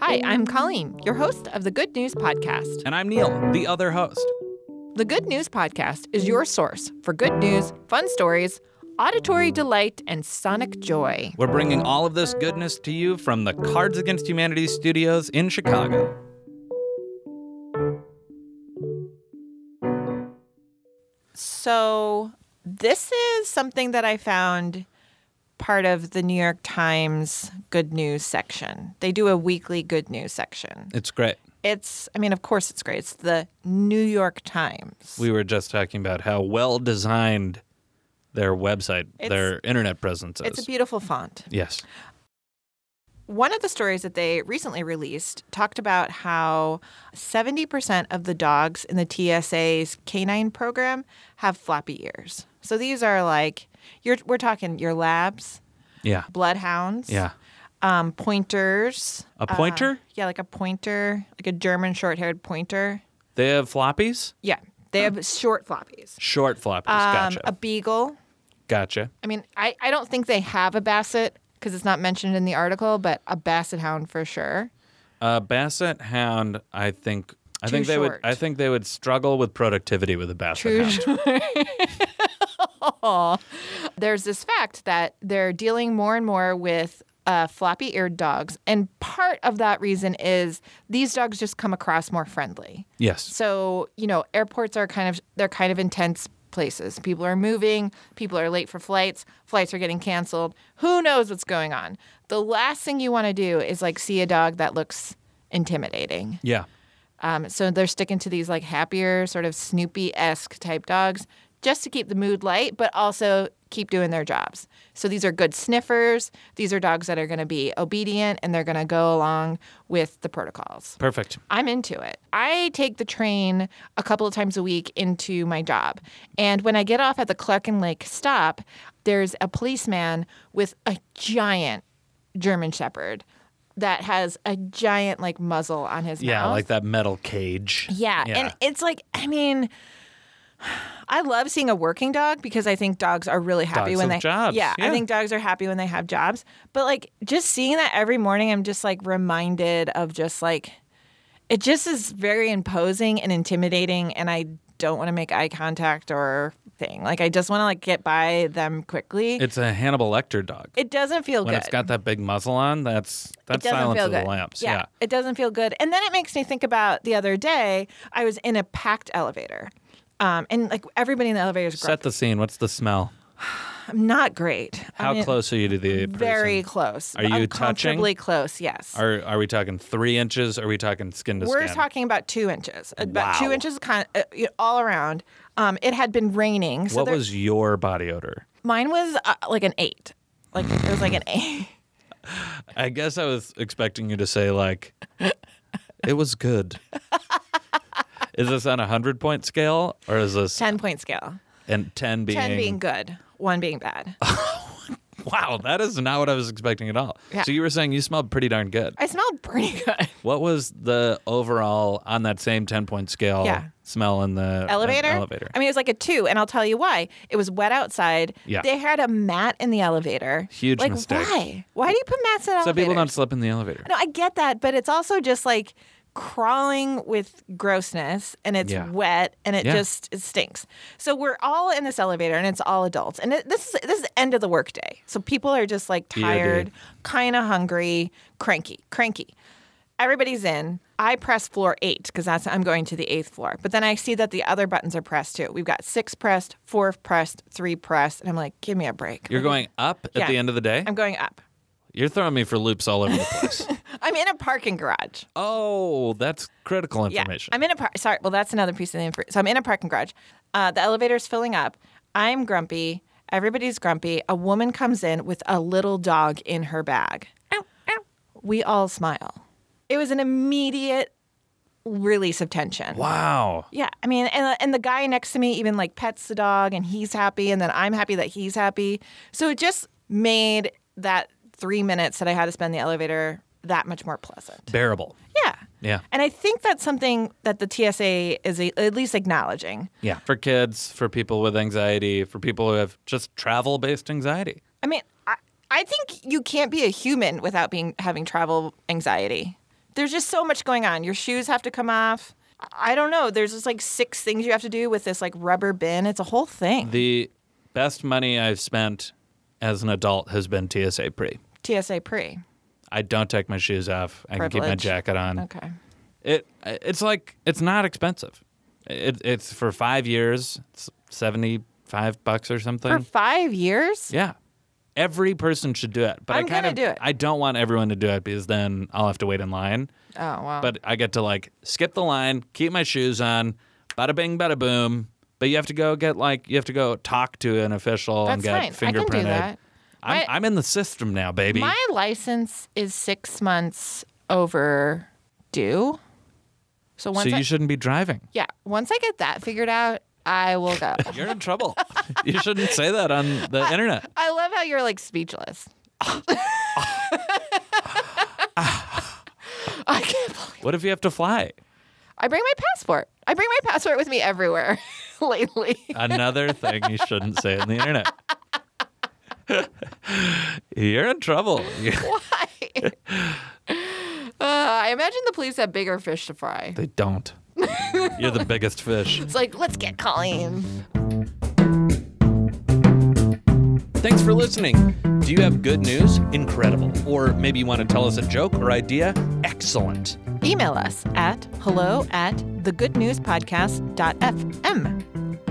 Hi, I'm Colleen, your host of the Good News Podcast. And I'm Neil, the other host. The Good News Podcast is your source for good news, fun stories, auditory delight, and sonic joy. We're bringing all of this goodness to you from the Cards Against Humanity studios in Chicago. So, this is something that I found part of the New York Times good news section. They do a weekly good news section. It's great. It's, I mean, of course it's great. It's the New York Times. We were just talking about how well designed their website, It's- their internet presence is. It's a beautiful font. yes. One of the stories that they recently released talked about how 70% of the dogs in the TSA's canine program have flappy ears. So these are like you're we're talking your labs, Yeah. bloodhounds, Yeah. um, pointers. Uh, A pointer? yeah, like a pointer, like a German short-haired pointer. they have floppies? Yeah. They have short floppies. Short floppies. Um, gotcha. a beagle. gotcha. I mean, I, I don't think they have a basset because it's not mentioned in the article, but a basset hound for sure. Uh, basset hound, I think. I Too think they short. would. I think they would struggle with productivity with a basset Too hound. there's this fact that they're dealing more and more with uh, floppy eared dogs. And part of that reason is these dogs just come across more friendly. Yes. So, you know, airports are kind of, they're kind of intense places. People are moving, people are late for flights, flights are getting canceled. Who knows what's going on? The last thing you want to do is like see a dog that looks intimidating. Yeah. Um, so they're sticking to these like happier, sort of Snoopy esque type dogs just to keep the mood light, but also keep doing their jobs. So these are good sniffers. These are dogs that are going to be obedient and they're going to go along with the protocols. Perfect. I'm into it. I take the train a couple of times a week into my job. And when I get off at the Clucken Lake stop, there's a policeman with a giant German Shepherd that has a giant like muzzle on his Yeah, mouth. like that metal cage. Yeah. Yeah. And it's like, I mean, I love seeing a working dog because I think dogs are really happy Dogs when they have jobs, Yeah, I yeah. think dogs are happy when they have jobs. But like just seeing that every morning, I'm just like reminded of just like it just is very imposing and intimidating and I don't want to make eye contact or thing. Like I just want to like get by them quickly. It's a Hannibal Lecter dog. it doesn't feel when good. it's got that big muzzle on, that's It that's doesn't Silence feel of the good. Lambs. Yeah, it doesn't feel good. And then it makes me think about the other day. I was in a packed elevator, um, and like everybody in the elevator is Set the scene. What's the smell? not great. I How mean, close are you to the person? Very close. Are you touching? uncomfortably close? Yes. Are are we talking three inches? Are we talking skin to We're skin? talking about two inches. uh, About two Wow. inches, kind of, uh, you know, all around. Um, it had been raining. So what there- was your body odor? mine? Was uh, like an eight. Like it was like an eight. I guess I was expecting you to say like, it was good. is this on a hundred point scale or is this Ten point scale. and ten being? Ten being good, one being bad. Wow, that is not what I was expecting at all. Yeah. So you were saying you smelled pretty darn good. I smelled pretty good. What was the overall on that same ten point scale Yeah. smell in the elevator. Elevator. I mean, it was like a two, and I'll tell you why. It was wet outside. Yeah. They had a mat in the elevator. Huge like, mistake. Why? Why do you put mats in so elevators? people don't slip in the elevator. No, I get that, but it's also just like crawling with grossness and it's Yeah. wet and it Yeah. just it stinks. So we're all in this elevator and it's all adults. And it, this is this is the end of the workday. So people are just like tired, kind of hungry, cranky, cranky. Everybody's in. I press floor 8 cuz that's I'm going to the 8th floor. But then I see that the other buttons are pressed too. We've got 6 pressed, 4 pressed, 3 pressed, and I'm like, "Give me a break." You're going up Yeah. at the end of the day? I'm going up. You're throwing me for loops all over the place. I'm in a parking garage. oh, that's critical information. Yeah, I'm in a par- sorry. Well, that's another piece of the information. So I'm in a parking garage. Uh, the elevator's filling up. I'm grumpy. Everybody's grumpy. A woman comes in with a little dog in her bag. We all smile. It was an immediate release of tension. wow. Yeah, I mean, and and the guy next to me even like pets the dog, and he's happy, and then I'm happy that he's happy. So it just made that three minutes that I had to spend in the elevator that much more pleasant. Bearable. Yeah. Yeah. And I think that's something that the TSA is a- at least acknowledging. Yeah. For kids, for people with anxiety, for people who have just travel based anxiety. I mean, I, I think you can't be a human without being having travel anxiety. There's just so much going on. Your shoes have to come off. I don't know. There's just like six things you have to do with this like rubber bin. It's a whole thing. The best money I've spent as an adult has been TSA pre. TSA pre. I don't take my shoes off. I can keep my Privilege. jacket on. Okay. It it's like it's not expensive. It, it's for five years, it's seventy five bucks or something. For five years? Yeah. Every person should do it. But I I'm kind gonna of do it. I don't want everyone to do it because then I'll have to wait in line. Oh wow. But I get to like skip the line, keep my shoes on, bada bing, bada boom. But you have to go get like you have to go talk to an official and That's get fine. I fingerprinted. can do that. I'm, My- I'm in the system now, baby. My license is six months overdue. So once so I, you shouldn't be driving. yeah, once I get that figured out, I will go. You're in trouble. you shouldn't say that on the internet. I love how you're like speechless. I can't believe. What if you have to fly? I bring my passport. I bring my passport with me everywhere lately. Another thing you shouldn't say on the internet. You're in trouble. Why? uh, I imagine the police have bigger fish to fry. They don't. You're the biggest fish. It's like, let's get Colleen. Thanks for listening. Do you have good news? Incredible. Or maybe you want to tell us a joke or idea? Excellent. Email us at hello at thegoodnewspodcast.fm.